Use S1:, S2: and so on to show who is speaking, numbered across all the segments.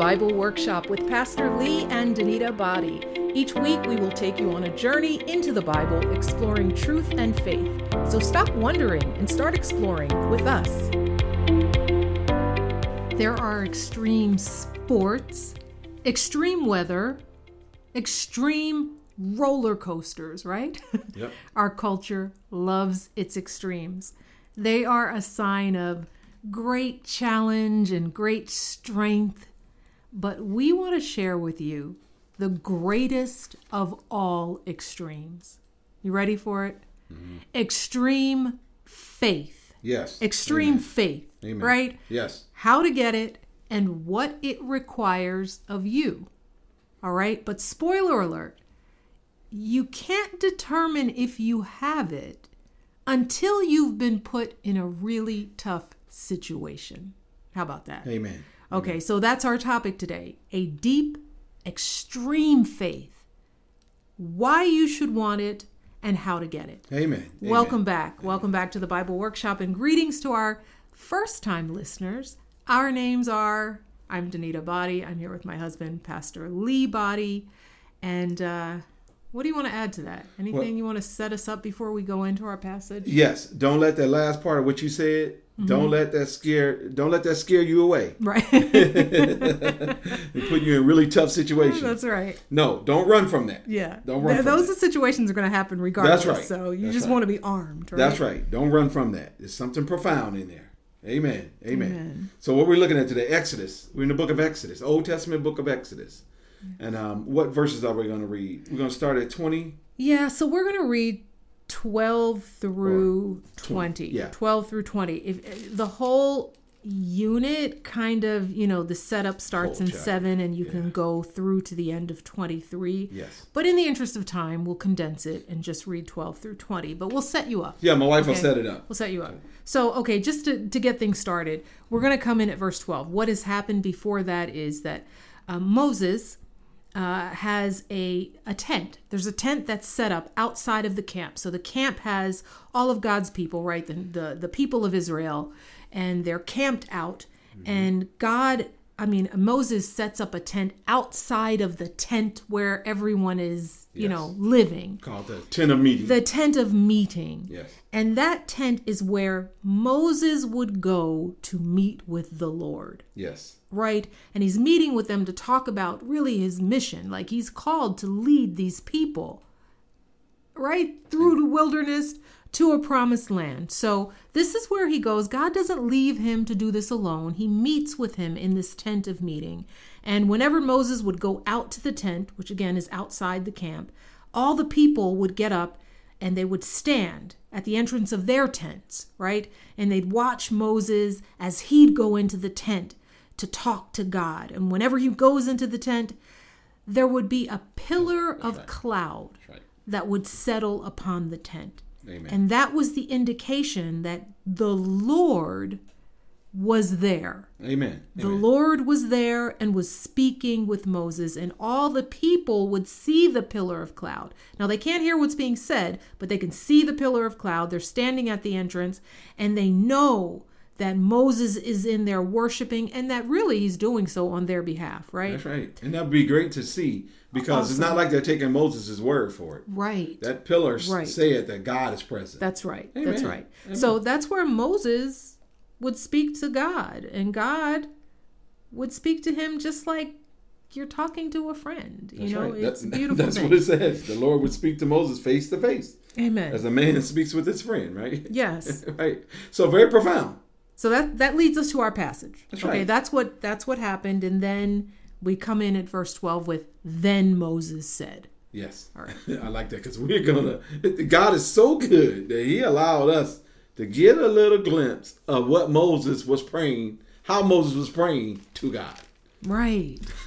S1: Bible Workshop with Pastor Lee and Danita Body. Each week, we will take you on a journey into the Bible, exploring truth and faith. So stop wondering and start exploring with us. There are extreme sports, extreme weather, extreme roller coasters, right?
S2: Yep.
S1: Our culture loves its extremes. They are a sign of great challenge and great strength. But we want to share with you the greatest of all extremes. You ready for it?
S2: Mm-hmm.
S1: Extreme faith.
S2: Yes.
S1: Extreme faith,
S2: Amen.
S1: right?
S2: Yes.
S1: how to get it, and what it requires of you. All right, but spoiler alert you can't determine if you have it until you've been put in a really tough situation. How about that?
S2: Amen.
S1: Okay, so that's our topic today a deep, extreme faith. Why you should want it and how to get it.
S2: Amen.
S1: Welcome back. Welcome back to the Bible Workshop and greetings to our first time listeners. Our names are I'm Danita Body. I'm here with my husband, Pastor Lee Body. And uh, what do you want to add to that? Anything
S2: Well-
S1: you want to set us up before we go into our passage?
S2: Yes. Don't let that last part of what you said.
S1: Mm-hmm.
S2: Don't let that scare. Don't let that scare you away
S1: Right.
S2: and put you in really tough situations.
S1: That's right.
S2: no, don't run from that.
S1: Yeah.
S2: Don't run
S1: Th-
S2: from
S1: those
S2: that.
S1: are situations are going to happen regardless.
S2: right.
S1: So you
S2: That's
S1: just
S2: right.
S1: want to be armed, right?
S2: That's right. Don't run from that. There's something profound in there. Amen. Amen.
S1: Amen.
S2: So what we're looking at today, Exodus. We're in the book of Exodus, Old Testament book of Exodus.
S1: Mm-hmm.
S2: And um, what verses are we going to read? We're going to start at 20.
S1: Yeah, so we're going to read 12 through 20.
S2: yeah.
S1: 12 through 20. If the whole unit kind of, you know, the setup starts
S2: Whole
S1: in
S2: chapter,
S1: 7 and you
S2: yeah.
S1: can go through to the end of 23.
S2: Yes.
S1: But in the interest of time, we'll condense it and just read 12 through 20, but we'll set you up.
S2: Yeah, my wife will
S1: Okay.
S2: set it up.
S1: We'll set you up. So, okay, just to, to get things started, we're going to come in at verse 12. What has happened before that is that uh, Moses uh, has a, a tent. There's a tent that's set up outside of the camp. So the camp has all of God's people, right? The, the, the people of Israel, and they're camped out. And God, I mean, Moses sets up a tent outside of the tent where everyone is, you
S2: Yes.
S1: know, living
S2: Called the tent of meeting.
S1: the tent of meeting.
S2: Yes.
S1: And that tent is where Moses would go to meet with the Lord,
S2: yes.
S1: right? And he's meeting with them to talk about really his mission. Like he's called to lead these people, right? Through the wilderness to a promised land. So this is where he goes. God doesn't leave him to do this alone. He meets with him in this tent of meeting. And whenever Moses would go out to the tent, which again is outside the camp, all the people would get up and they would stand at the entrance of their tents, right? And they'd watch Moses as he'd go into the tent to talk to God. And whenever he goes into the tent, there would be a pillar of cloud
S2: Right.
S1: that would settle upon the tent.
S2: Amen.
S1: And that was the indication that the Lord was there.
S2: Amen.
S1: The Lord was there and was speaking with Moses, and all the people would see the pillar of cloud. Now, they can't hear what's being said, but they can see the pillar of cloud. They're standing at the entrance, and they know that Moses is in there worshiping, and that really he's doing so on their behalf, right?
S2: That's right. And that'd be great to see because it's not like they're taking Moses' word for it.
S1: Right.
S2: That pillar s-
S1: Right.
S2: said that God is present.
S1: That's right. That's
S2: Amen.
S1: right. So that's where Moses would speak to God, and God would speak to him just like you're talking to a friend.
S2: That's
S1: you know,
S2: right.
S1: it's
S2: That-
S1: a beautiful
S2: That's
S1: thing.
S2: what it says. The Lord would speak to Moses face to face
S1: Amen.
S2: as a man speaks with his friend, right?
S1: yes.
S2: right. So very profound.
S1: So that that leads us to our passage.
S2: That's
S1: okay,
S2: right.
S1: that's what that's what happened, and then we come in at verse twelve with then Moses said.
S2: Yes.
S1: All right.
S2: I like that because we're going to. God is so good that he allowed us to get a little glimpse of what Moses was praying, how Moses was praying to God.
S1: Right.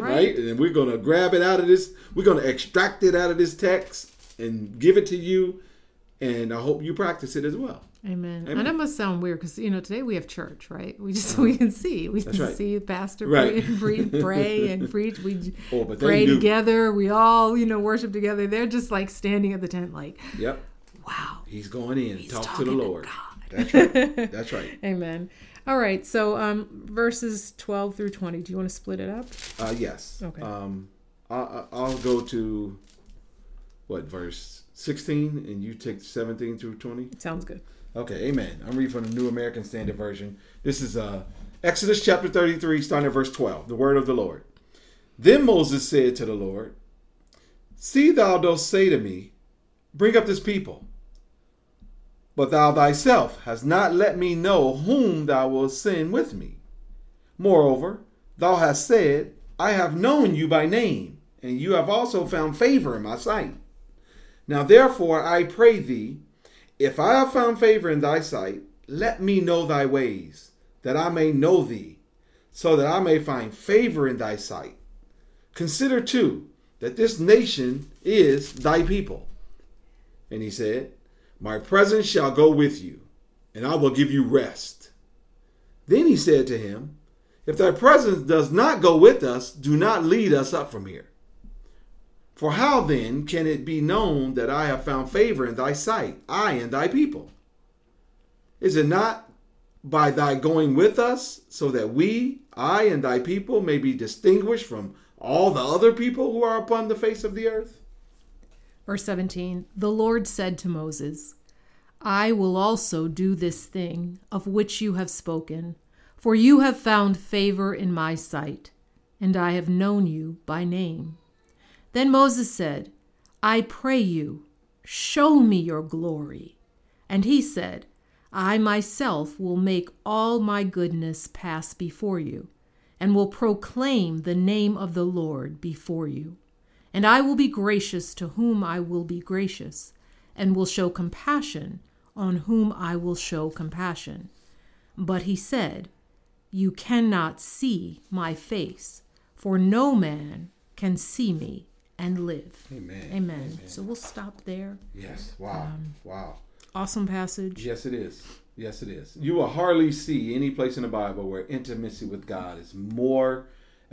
S1: Right.
S2: right? And we're going to grab it out of this. We're going to extract it out of this text and give it to you. And I hope you practice it as well.
S1: Amen.
S2: Amen. Uh-huh.
S1: And that must sound weird because you know today we have church, right? We just we can see, we can
S2: right.
S1: see the pastor
S2: Right.
S1: pray, and pre- pray and preach. We j-
S2: Oh, but they
S1: pray
S2: knew.
S1: together. We all you know worship together. They're just like standing at the tent, like
S2: Yep.
S1: wow.
S2: He's going in. Talk to the
S1: talking to
S2: Lord.
S1: God.
S2: That's right. That's right.
S1: Amen. All right. So um, verses 12 through 20. Do you want to split it up?
S2: Uh, yes.
S1: Okay.
S2: Um, I- I, I'll go to what verse sixteen, and you take seventeen through twenty.
S1: Sounds good.
S2: Okay, amen. I'm reading from the New American Standard Version. This is uh, Exodus chapter 33, starting at verse 12, the word of the Lord. Then Moses said to the Lord, See thou dost say to me, Bring up this people. But thou thyself hast not let me know whom thou wilt send with me. Moreover, thou hast said, I have known you by name, and you have also found favor in my sight. Now therefore I pray thee, if I have found favor in thy sight, let me know thy ways, that I may know thee, so that I may find favor in thy sight. Consider too that this nation is thy people. And he said, My presence shall go with you, and I will give you rest. Then he said to him, If thy presence does not go with us, do not lead us up from here. For how then can it be known that I have found favor in thy sight, I and thy people? Is it not by thy going with us, so that we, I and thy people, may be distinguished from all the other people who are upon the face of the earth?
S1: Verse 17 The Lord said to Moses, I will also do this thing of which you have spoken, for you have found favor in my sight, and I have known you by name. Then Moses said, I pray you, show me your glory. And he said, I myself will make all my goodness pass before you, and will proclaim the name of the Lord before you. And I will be gracious to whom I will be gracious, and will show compassion on whom I will show compassion. But he said, You cannot see my face, for no man can see me and live.
S2: Amen.
S1: Amen. Um, So we'll stop there.
S2: Yes. Wow. wow.
S1: Awesome passage.
S2: Yes, it is. Yes, it is. You will hardly see any place in the Bible where intimacy with God is more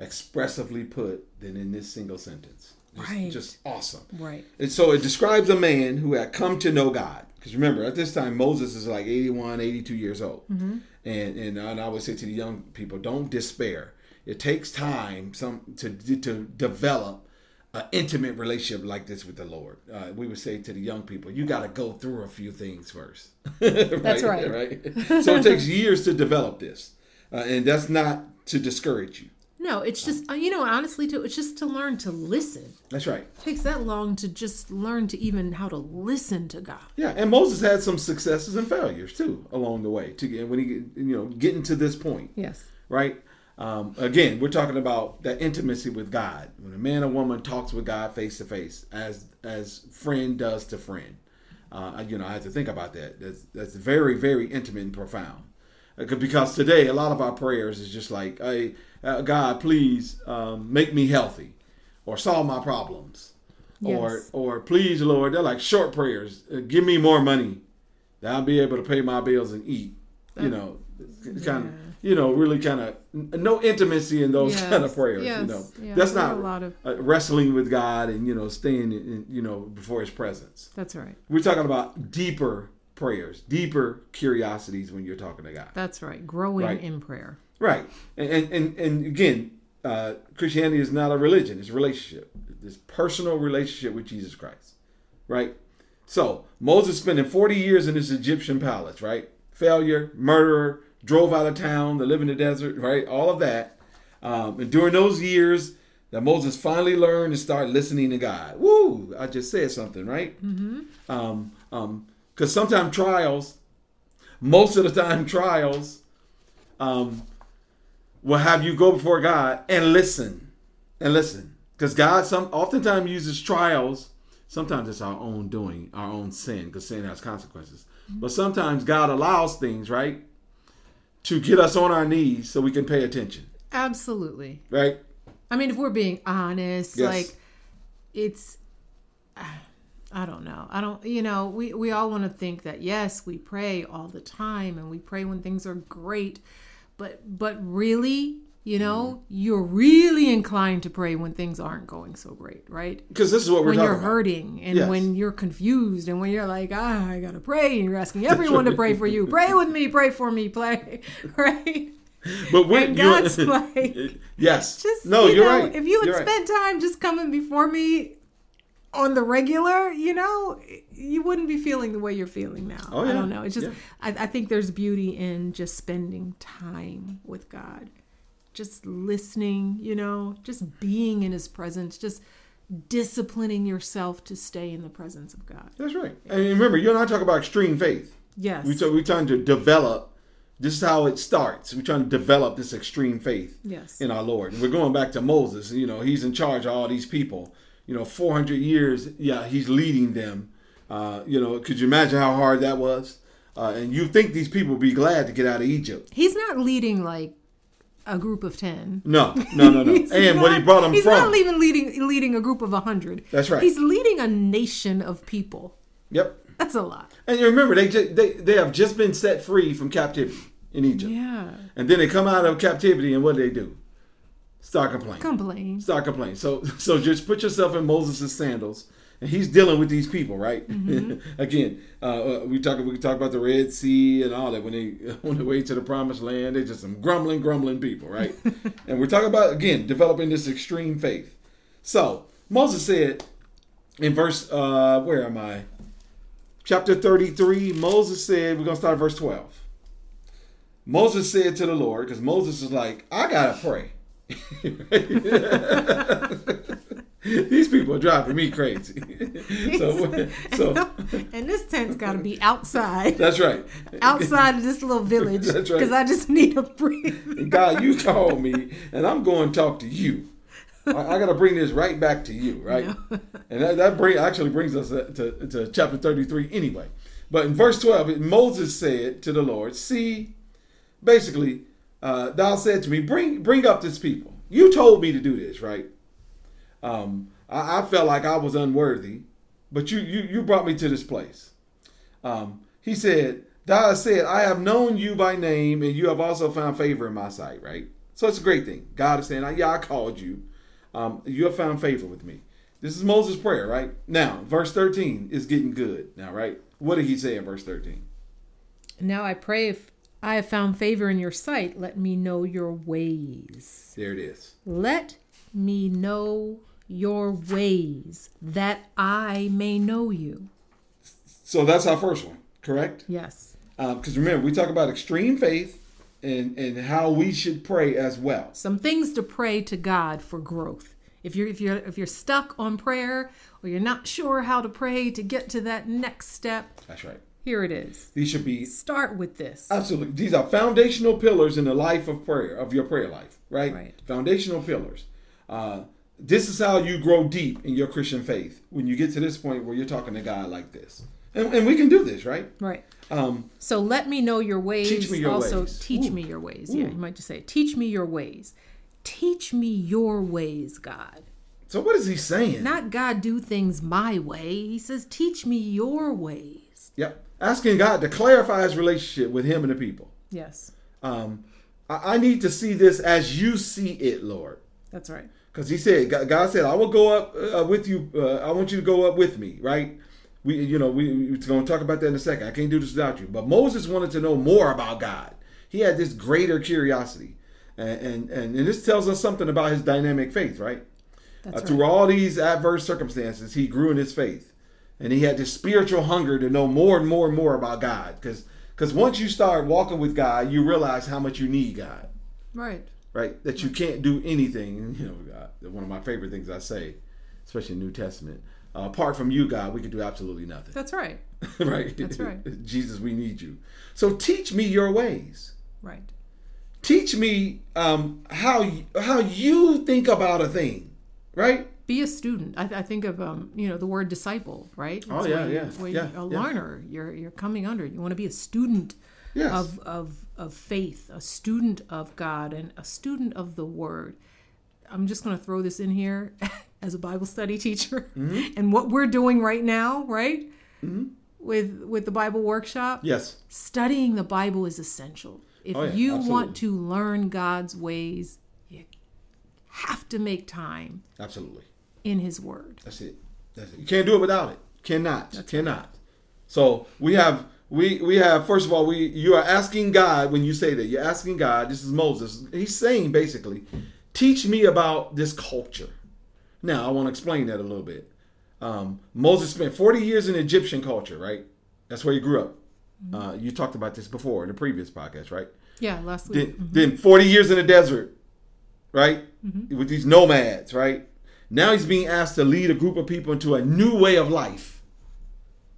S2: expressively put than in this single sentence. Just,
S1: Right.
S2: Just awesome.
S1: Right.
S2: And so it describes a man who had come to know God. Because remember, at this time, Moses is like 81, 82 years old. And, and I and I always say to the young people, don't despair. It takes time some to, to develop an intimate relationship like this with the Lord. Uh, we would say to the young people, you got to go through a few things first. That's
S1: right.
S2: right? so it takes years to develop this. Uh, and that's not to discourage you.
S1: No, it's just uh, you know, honestly, too, it's just to learn to listen.
S2: That's right.
S1: It takes that long to just learn to even how to listen to God.
S2: Yeah, and Moses had some successes and failures too along the way to get when he get- you know getting to this point,
S1: Yes.
S2: right? Um, again, we're talking about that intimacy with God when a man or woman talks with God face to face, as as friend does to friend. Uh, you know, I had to think about that. That's that's very very intimate and profound. Uh, Because today, a lot of our prayers is just like, "Hey, uh, God, please um, make me healthy, or solve my problems."
S1: Yes.
S2: or or please lord they're like short prayers Uh, give me more money that i'll be able to pay my bills and eat
S1: Uh,
S2: you know kind of you know really kind of no intimacy in those
S1: Yes,
S2: kind of prayers you
S1: yes,
S2: know
S1: yeah,
S2: that's
S1: there are
S2: not
S1: a lot of-
S2: uh, wrestling with god and you know staying in, you know before his presence
S1: That's right.
S2: we're talking about deeper prayers deeper curiosities when you're talking to god
S1: That's right. Growing
S2: Right.
S1: in prayer.
S2: Right, and and and, and again, uh, Christianity is not a religion; it's a relationship, this personal relationship with Jesus Christ. Right. So Moses spending forty years in this Egyptian palace. Right. Failure, murderer, drove out of town to live in the desert. Right. All of that, um, and during those years. That Moses finally learned to start listening to God. Woo! I just said something, right? Mm-hmm. Um, um, because sometimes trials, most of the time trials, um, will have you go before God and listen and listen because God some oftentimes uses trials. Sometimes it's our own doing, our own sin, because sin has consequences.
S1: Mm-hmm.
S2: But sometimes God allows things, right, to get us on our knees so we can pay attention,
S1: Absolutely.
S2: right?
S1: I mean, if we're being honest,
S2: Yes.
S1: like it's I don't know. I don't you know, we we all want to think that yes, we pray all the time and we pray when things are great, but but really You
S2: Mm-hmm.
S1: know, you're really inclined to pray when things aren't going so great, right?
S2: Because this is what we're
S1: When
S2: talking
S1: you're
S2: about.
S1: hurting and
S2: Yes.
S1: when you're confused and when you're like, ah, I gotta pray, and you're asking everyone to pray for you, pray with me, pray for me, pray, right?
S2: But when
S1: And
S2: you-
S1: God's like,
S2: yes,
S1: just
S2: no,
S1: you
S2: you're
S1: know,
S2: right.
S1: If you had
S2: You're right.
S1: spent time just coming before me on the regular, you know, you wouldn't be feeling the way you're feeling now.
S2: Oh,
S1: I
S2: yeah.
S1: don't know. It's just
S2: Yeah.
S1: I, I think there's beauty in just spending time with God. Just listening, you know, just being in his presence, just disciplining yourself to stay in the presence of God.
S2: That's right. And remember, you and I talk about extreme faith.
S1: Yes.
S2: We talk, we're trying to develop. This is how it starts. We're trying to develop this extreme faith
S1: yes.
S2: in our Lord. We're going back to Moses. You know, he's in charge of all these people. You know, 400 years. Yeah, he's leading them. Uh, you know, could you imagine how hard that was? Uh, and you think these people would be glad to get out of Egypt?
S1: He's not leading like a group of 10.
S2: No, no, no, no.
S1: He's
S2: and what he
S1: not-
S2: brought them
S1: he's
S2: from.
S1: not even leading leading a group of a hundred.
S2: That's right.
S1: He's leading a nation of people.
S2: yep.
S1: That's a lot.
S2: And you remember, they, ju- they they have just been set free from captivity in Egypt.
S1: Yeah.
S2: And then they come out of captivity, and what do they do? Start complaining.
S1: Complain.
S2: Start complaining. So, so just put yourself in Moses' sandals, and he's dealing with these people, right? Again, uh, uh, we talk we talk about the Red Sea and all that. When they on their way to the Promised Land, they're just some grumbling, grumbling people, right? and we're talking about again developing this extreme faith. So Moses said in verse, uh, where am I? Chapter thirty-three. Moses said, we're gonna start at verse twelve. Moses said to the Lord, because Moses is like, I gotta pray. These people are driving me crazy. so, so
S1: and this tent's got to be outside,
S2: that's right.
S1: outside of this little village,
S2: That's
S1: because
S2: right.
S1: I just need a breathe.
S2: God, you called me, and I'm going to talk to you. I, I got to bring this right back to you, right? And that, that bring, actually brings us uh, to, to chapter 33 anyway. But in verse 12, Moses said to the Lord, See, basically, uh, thou said to me, bring, bring up this people. You told me to do this, right? Um, I, I felt like I was unworthy, but you, you, you brought me to this place. Um, he said, Thou hast said, I have known you by name, and you have also found favor in my sight, right? So it's a great thing. God is saying, Yeah, I called you. Um, you have found favor with me. This is Moses' prayer, right? Now, verse 13 is getting good now, right? What did he say in verse 13?
S1: Now I pray if I have found favor in your sight, let me know your ways.
S2: There it is.
S1: Let me know your ways that I may know you.
S2: So that's our first one, correct?
S1: Yes.
S2: Because remember, we talk about extreme faith and, and how we should pray as well.
S1: some things to pray to God for growth. If you're if you're if you're stuck on prayer or you're not sure how to pray to get to that next step,
S2: That's right.
S1: here it is.
S2: These should be
S1: Start with this.
S2: Absolutely. These are foundational pillars in the life of prayer, of your prayer life, right?
S1: Right.
S2: Foundational pillars. Uh, this is how you grow deep in your Christian faith when you get to this point where you're talking to God like this. And, and we can do this, right?
S1: Right.
S2: Um,
S1: So let me know your ways.
S2: Teach me your
S1: also,
S2: ways.
S1: teach
S2: Ooh.
S1: me your ways. Yeah, you might just say, teach me your ways. Teach me your ways, God.
S2: so, what is he saying?
S1: Not God do things my way. He says, teach me your ways.
S2: yep. Asking God to clarify his relationship with him and the people.
S1: Yes,
S2: Um, I, I need to see this as you see it, Lord.
S1: that's right.
S2: Because he said, Go- God said, I will go up uh, with you. Uh, I want you to go up with me, right? We, you know, we, we're going to talk about that in a second. I can't do this without you. But Moses wanted to know more about God. He had this greater curiosity. And, and, and, and this tells us something about his dynamic faith, right? Uh,
S1: That's right.
S2: through all these adverse circumstances, he grew in his faith. And he had this spiritual hunger to know more and more and more about God. Because once you start walking with God, you realize how much you need God
S1: Right.
S2: right? That you can't do anything. And, You know, I- one of my favorite things I say, especially in New Testament, uh, apart from you, God, we can do absolutely nothing,
S1: That's right.
S2: right?
S1: That's right.
S2: Jesus, we need you. So teach me your ways.
S1: Right.
S2: Teach me um, how y- how you think about a thing, right?
S1: be a student. I, I think of um, you know the word disciple, right?
S2: Oh,
S1: It's
S2: yeah,
S1: where you-
S2: yeah,
S1: where
S2: yeah,
S1: you're a
S2: yeah.
S1: learner. You're you're coming under. You want to be a student
S2: Yes.
S1: of of of faith, a student of God, and a student of the Word. I'm just going to throw this in here as a Bible study teacher,
S2: Mm-hmm.
S1: and what we're doing right now, right? With with the Bible workshop,
S2: yes.
S1: studying the Bible is essential. If
S2: Oh, yeah,
S1: you
S2: absolutely.
S1: want to learn God's ways, have to make time
S2: Absolutely.
S1: in his word.
S2: That's it. That's it. You can't do it without it. Cannot. Cannot. So we have we we have first of all we you are asking God when you say that you're asking God. This is Moses. He's saying basically, teach me about this culture. Now I want to explain that a little bit. Um, Moses spent 40 years in Egyptian culture, right? That's where he grew up. Uh, you talked about this before in the previous podcast, right?
S1: Yeah, last week.
S2: Then, then 40 years in the desert, right? With these nomads, right? Now he's being asked to lead a group of people into a new way of life.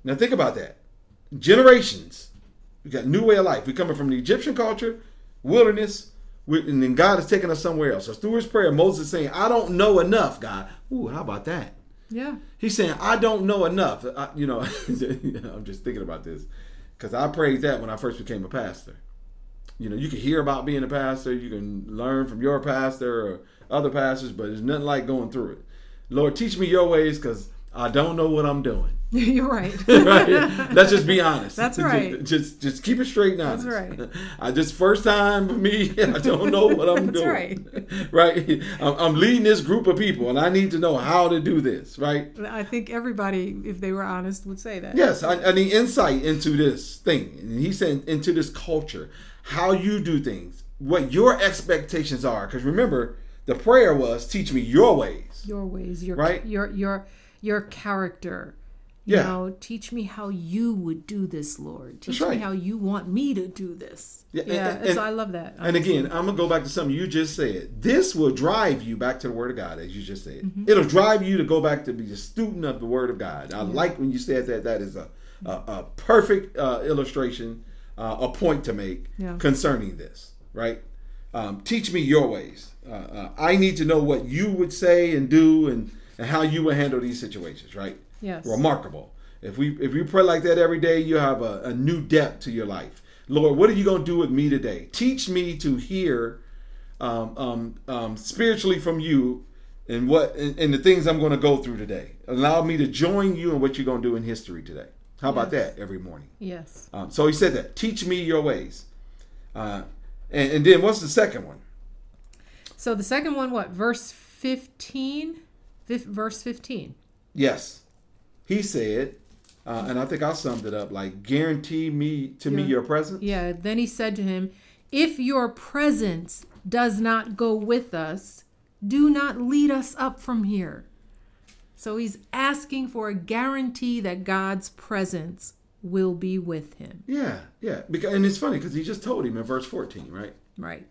S2: Now think about that. Generations. We got new way of life. We're coming from the Egyptian culture, wilderness, we- and then God is taking us somewhere else. So through his prayer, Moses is saying, I don't know enough, God. Ooh, how about that?
S1: Yeah.
S2: He's saying, I don't know enough. I, you know, I'm just thinking about this because I prayed that when I first became a pastor. You know, you can hear about being a pastor, you can learn from your pastor or other pastors, but it's nothing like going through it. Lord, teach me your ways because I don't know what I'm doing.
S1: You're right.
S2: right? Let's just be honest.
S1: That's right.
S2: Just, just keep it straight and honest.
S1: right.
S2: I just first time for me. I don't know what I'm
S1: That's
S2: doing. Right. I'm, I'm leading this group of people, and I need to know how to do this. Right.
S1: I think everybody, if they were honest, would say that.
S2: Yes, I, I need insight into this thing. And he said into this culture, how you do things, what your expectations are. Because remember, the prayer was, teach me your ways.
S1: Your ways, your
S2: Right.
S1: your your your character. You
S2: Yeah.
S1: know, teach me how you would do this, Lord. Teach me
S2: right.
S1: how you want me to do this.
S2: Yeah,
S1: Yeah,
S2: and- and-
S1: so I love that.
S2: And again, I'm gonna go back to something you just said. This will drive you back to the Word of God, as you just said. It'll drive you to go back to be a student of the Word of God. I like when you said that. That is a a, a perfect uh, illustration, uh, a point to make
S1: Yeah.
S2: concerning this. Right? Um, teach me your ways. Uh, uh, I need to know what you would say and do, and, and how you would handle these situations. Right?
S1: Yes.
S2: Remarkable. If we if you pray like that every day, you have a, a new depth to your life. Lord, what are you gonna do with me today? Teach me to hear um, um, um, spiritually from you and what and, and the things I'm gonna go through today. Allow me to join you in what you're gonna do in history today. How about that every morning?
S1: yes.
S2: Um, so he said that. Teach me your ways. Uh, and, and then what's the second one?
S1: So the second one, what? Verse 15? Fif- verse 15.
S2: Yes. He said, uh, and I think I summed it up like guarantee me to me
S1: Yeah.
S2: your presence.
S1: Yeah. Then he said to him, If your presence does not go with us, do not lead us up from here. So he's asking for a guarantee that God's presence will be with him.
S2: Yeah, yeah. Because and it's funny because he just told him in verse fourteen, right?
S1: Right.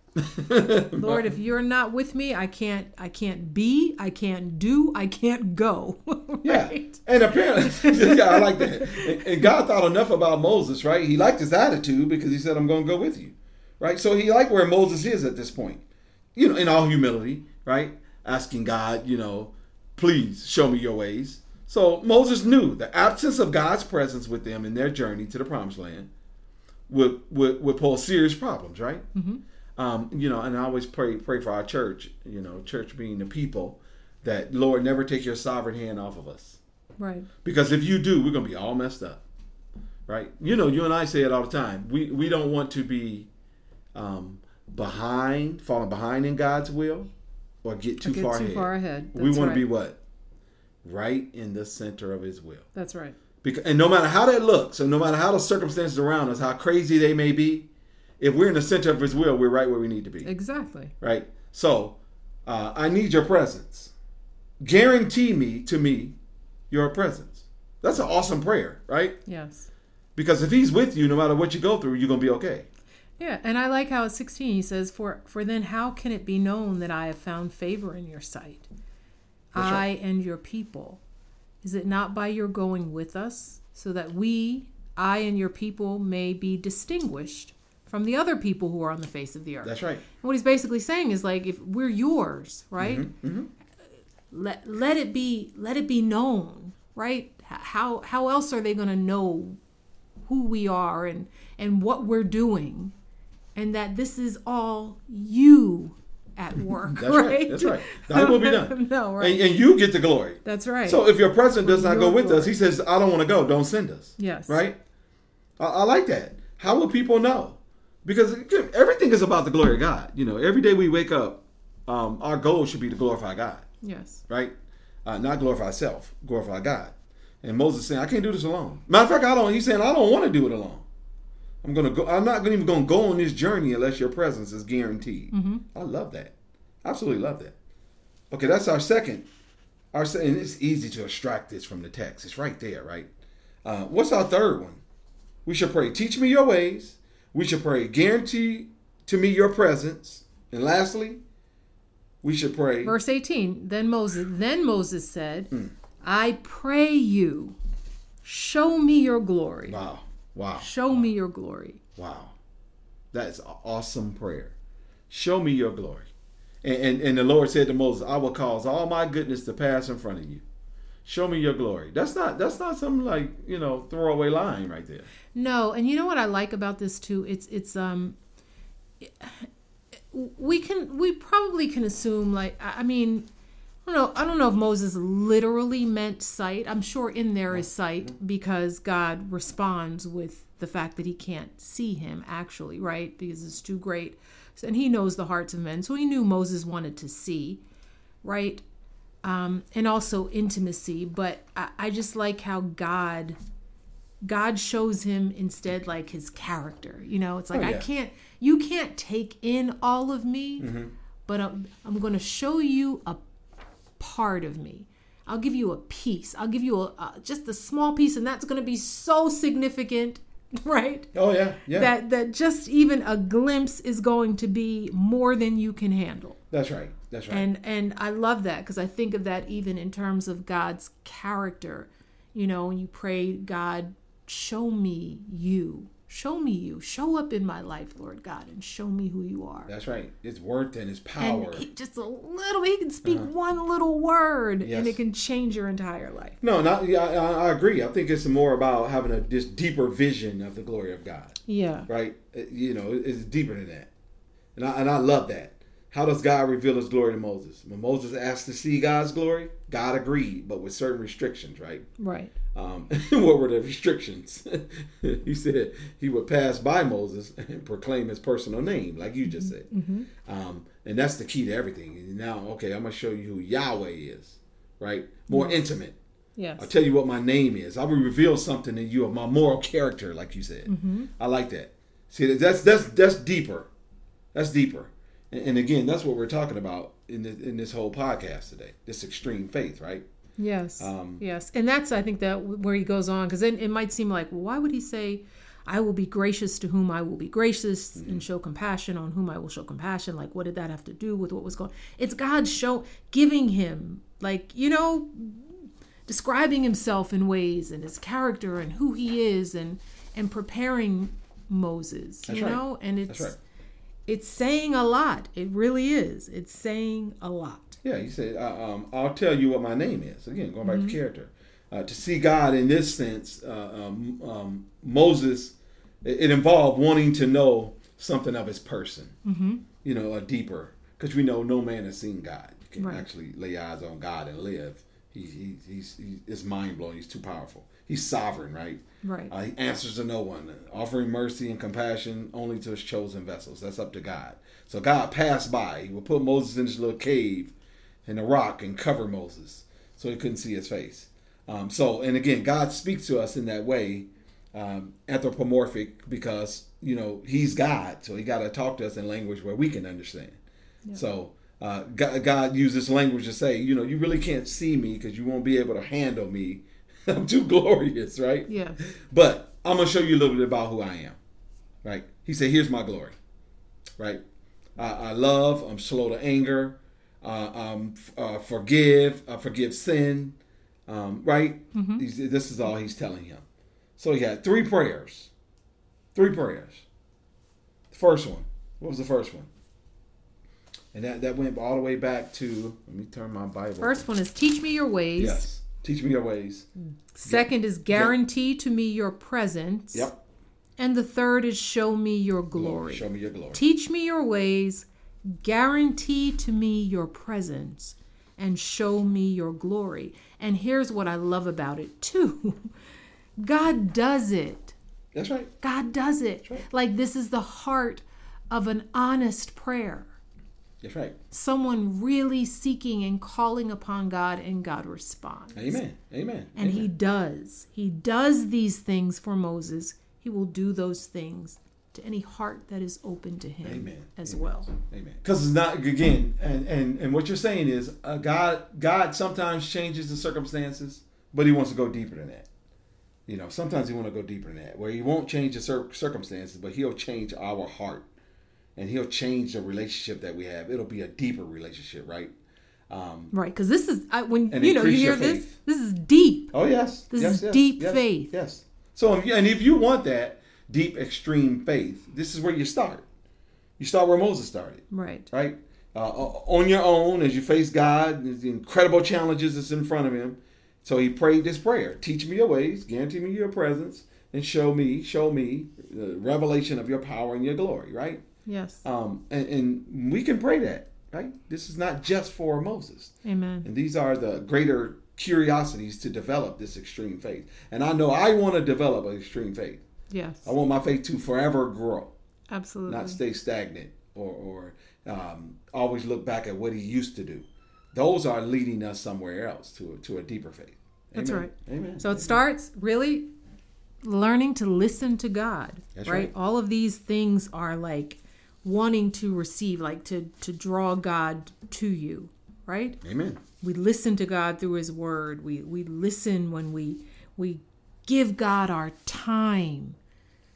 S1: Lord, if you're not with me, I can't I can't be, I can't do, I can't go.
S2: Yeah.
S1: Right?
S2: And apparently, yeah, I like that. And, and God thought enough about Moses, right? He liked his attitude because he said, "I'm going to go with you," right? So he liked where Moses is at this point, you know, in all humility, right? Asking God, you know, please show me your ways. So Moses knew the absence of God's presence with them in their journey to the Promised Land would would, would pose serious problems, right? Um, you know, and I always pray pray for our church. You know, church being the people that Lord never take your sovereign hand off of us,
S1: Right.
S2: because if you do, we're gonna be all messed up, right? You know, you and I say it all the time. We we don't want to be um, behind, falling behind in God's will, or get too
S1: Get
S2: far
S1: too
S2: ahead.
S1: far ahead.
S2: we
S1: That's
S2: want
S1: right.
S2: to be what right in the center of His will.
S1: That's right.
S2: Because, and no matter how that looks, and no matter how the circumstances around us, how crazy they may be, if we're in the center of His will, we're right where we need to be.
S1: Exactly.
S2: Right. So, uh, I need your presence. Guarantee me to me your presence. That's an awesome prayer, right?
S1: Yes.
S2: Because if He's with you, no matter what you go through, you're gonna be okay.
S1: Yeah, and I like how at 16 he says, "For for then how can it be known that I have found favor in your sight,
S2: That's
S1: I
S2: right.
S1: and your people? Is it not by your going with us, so that we, I and your people, may be distinguished from the other people who are on the face of the earth?"
S2: That's right.
S1: And what he's basically saying is like, if we're yours, right?
S2: Mm-hmm,
S1: Let let it be let it be known, right? H- How how else are they going to know who we are and and what we're doing, and that this is all you at work,
S2: That's right.
S1: right?
S2: That's right. Thy will be done.
S1: no, right?
S2: And, and you get the glory.
S1: That's right.
S2: So if your presence does not
S1: your
S2: go with us,
S1: glory.
S2: He says, "I don't want to go. Don't send us."
S1: yes,
S2: Right? I, I like that. How will people know? Because everything is about the glory of God. You know, every day we wake up, um, our goal should be to glorify God,
S1: Yes.
S2: right? Uh, not glorify self, glorify God. And Moses saying, I can't do this alone. Matter of fact, I don't. He's saying, I don't want to do it alone. I'm gonna go. I'm not even gonna go on this journey unless your presence is guaranteed. I love that. Absolutely love that. Okay, that's our second. Our se- and it's easy to extract this from the text. It's right there, right? Uh, what's our third one? We should pray, teach me your ways. We should pray, guarantee to me your presence. And lastly, we should pray.
S1: Verse 18. Then Moses then Moses said,
S2: Hmm.
S1: "I pray you, show me your glory.
S2: Wow, wow,
S1: Show me your glory."
S2: wow. That is an awesome prayer. Show me your glory. And, and, and the Lord said to Moses, I will cause all my goodness to pass in front of you. Show me your glory. That's not that's not some like, you know, throwaway line right there.
S1: No, and you know what I like about this too? It's it's um we can we probably can assume like I I mean I don't know I don't know if Moses literally meant sight. I'm sure in there is sight because God responds with the fact that he can't see him actually, right? Because it's too great. So- And he knows the hearts of men. So he knew Moses wanted to see, right? Um, and also intimacy, but I, I just like how God God shows him instead like his character. You know, it's like
S2: Oh,
S1: I
S2: yeah.
S1: can't, you can't take in all of me,
S2: Mm-hmm.
S1: but I'm, I'm going to show you a part of me. I'll give you a piece. I'll give you a, a just a small piece, and that's going to be so significant, right?
S2: Oh yeah, yeah.
S1: That that just even a glimpse is going to be more than you can handle.
S2: that's right. That's right.
S1: And and I love that because I think of that even in terms of God's character. You know, when you pray, God, show me you. Show me you. Show up in my life, Lord God, and show me who you are.
S2: That's right. It's worth and it's power. Uh-huh.
S1: And he, just a little, he can speak one little word
S2: Yes.
S1: and it can change your entire life.
S2: no, not, yeah, I, I- I agree. I think it's more about having a this deeper vision of the glory of God,
S1: Yeah.
S2: right? It- you know, it- it's deeper than that, and I and I love that. How does God reveal His glory to Moses? When Moses asked to see God's glory, God agreed, but with certain restrictions, right?
S1: Right.
S2: Um, what were the restrictions? he said he would pass by Moses and proclaim his personal name, like you just said. Um, and that's the key to everything. Now, okay, I'm going to show you who Yahweh is, right? More intimate. I'll
S1: Yes.
S2: tell you what my name is. I will reveal something to you of my moral character, like you said. I like that. See, that's that's that's deeper. That's deeper. And, and again, that's what we're talking about in this, in this whole podcast today. This extreme faith, right?
S1: Yes.
S2: Um,
S1: yes. And that's, I think, that where he goes on because then it might seem like, well, why would he say, I will be gracious to whom I will be gracious
S2: Mm-hmm.
S1: and show compassion on whom I will show compassion? Like, what did that have to do with what was going It's God show giving him, like, you know, describing himself in ways and his character and who he is and and preparing Moses, you
S2: right.
S1: know? And it's
S2: That's right.
S1: it's saying a lot. It really is. It's saying a lot.
S2: Yeah, you said, uh, um, I'll tell you what my name is. Again, going back
S1: Mm-hmm.
S2: to character. Uh, to see God in this sense, uh, um, um, Moses, it, it involved wanting to know something of his person, mm-hmm. you know, a deeper, because we know no man has seen God. You can
S1: Right.
S2: actually lay eyes on God and live. He, he, he's, he, it's mind blowing. He's too powerful. He's sovereign, right?
S1: Right.
S2: Uh, he answers to no one, offering mercy and compassion only to his chosen vessels. That's up to God. So God passed by. He would put Moses in his little cave in the rock and cover Moses so he couldn't see his face. Um, so, and again, God speaks to us in that way, um, anthropomorphic, because, you know, he's God. So he got to talk to us in language where we can understand. So uh, God, God used this language to say, you know, you really can't see me because you won't be able to handle me. I'm too glorious, right?
S1: Yeah.
S2: But I'm gonna show you a little bit about who I am. Right? He said, "Here's my glory." Right? I, I love. I'm slow to anger. Uh, um, f- uh, forgive. I forgive sin. Um, right?
S1: Mm-hmm.
S2: He's, this is all he's telling him. So he had three prayers. Three prayers. The first one. What was the first one? And that, that went all the way back to. Let me turn my Bible.
S1: First one is teach me your ways.
S2: Yes. Teach me your ways.
S1: Second is guarantee to me your presence.
S2: Yep.
S1: And the third is show me your glory.
S2: Show me your glory.
S1: Teach me your ways, guarantee to me your presence, and show me your glory. And here's what I love about it too God does it.
S2: That's right.
S1: God does it. Like this is the heart of an honest prayer.
S2: That's right.
S1: Someone really seeking and calling upon God, and God responds.
S2: Amen. Amen.
S1: And
S2: Amen.
S1: he does. He does these things for Moses. He will do those things to any heart that is open to him
S2: Amen.
S1: as
S2: Amen.
S1: well.
S2: Amen. Because it's not again, and and and what you're saying is, uh, God God sometimes changes the circumstances, but He wants to go deeper than that. You know, sometimes He want to go deeper than that, where He won't change the cir- circumstances, but He'll change our heart, and He'll change the relationship that we have. It'll be a deeper relationship, right? Um,
S1: Right, because this is I, when
S2: And
S1: you know you
S2: increase
S1: hear
S2: your
S1: this.
S2: faith.
S1: This is deep.
S2: oh yes,
S1: This
S2: yes,
S1: is
S2: yes,
S1: deep
S2: yes,
S1: faith.
S2: Yes. So, if you, and if you want that deep, extreme faith, this is where you start. You start where Moses started.
S1: Right.
S2: right? Uh, on your own, as you face God, the incredible challenges that's in front of him. So he prayed this prayer: "Teach me your ways, guarantee me your presence, and show me, show me the revelation of your power and your glory." Right?
S1: Yes.
S2: Um, and, and we can pray that. Right? This is not just for Moses,
S1: Amen.
S2: and these are the greater curiosities to develop this extreme faith. And I know I want to develop an extreme faith.
S1: Yes.
S2: I want my faith to forever grow
S1: Absolutely.
S2: not stay stagnant or, or um, always look back at what he used to do. Those are leading us somewhere else to a, to a deeper faith.
S1: That's
S2: Amen.
S1: right.
S2: Amen.
S1: So it starts really learning to listen to God,
S2: That's
S1: right?
S2: right.
S1: All of these things are like wanting to receive, like to to draw God to you, right?
S2: Amen.
S1: We listen to God through His Word. We we listen when we we give God our time,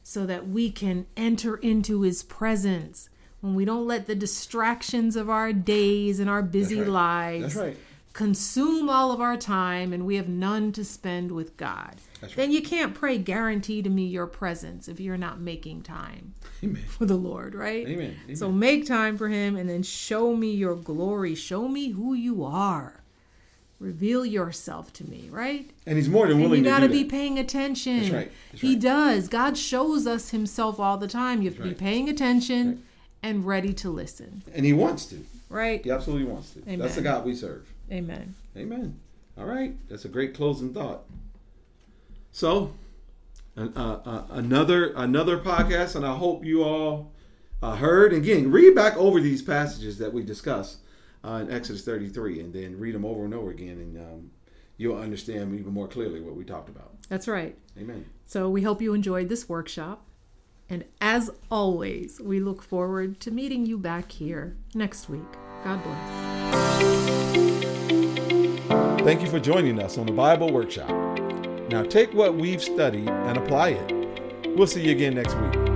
S1: so that we can enter into His presence. When we don't let the distractions of our days and our busy
S2: right.
S1: lives
S2: That's right.
S1: consume all of our time and we have none to spend with God.
S2: That's right.
S1: Then you can't pray, guarantee to me your presence if you're not making time
S2: Amen.
S1: for the Lord, right?
S2: Amen.
S1: So make time for Him and then show me your glory. Show me who you are. Reveal yourself to me, right?
S2: And he's more than
S1: And
S2: willing
S1: you got
S2: to
S1: to
S2: do
S1: be
S2: that.
S1: paying attention.
S2: That's right. That's
S1: he
S2: right.
S1: does. God shows us Himself all the time. You have to
S2: right.
S1: be paying attention and ready to listen,
S2: And he wants to.
S1: right?
S2: He absolutely wants to.
S1: Amen.
S2: That's the God we serve.
S1: Amen.
S2: Amen. All right. That's a great closing thought. So, an- uh, uh, another another podcast, and I hope you all uh, heard. Again, read back over these passages that we discussed uh, in Exodus 33, and then read them over and over again, and um, you'll understand even more clearly what we talked about.
S1: That's right.
S2: Amen.
S1: So we hope you enjoyed this workshop. And as always, we look forward to meeting you back here next week. God bless.
S2: Thank you for joining us on the Bible Workshop. Now, take what we've studied and apply it. We'll see you again next week.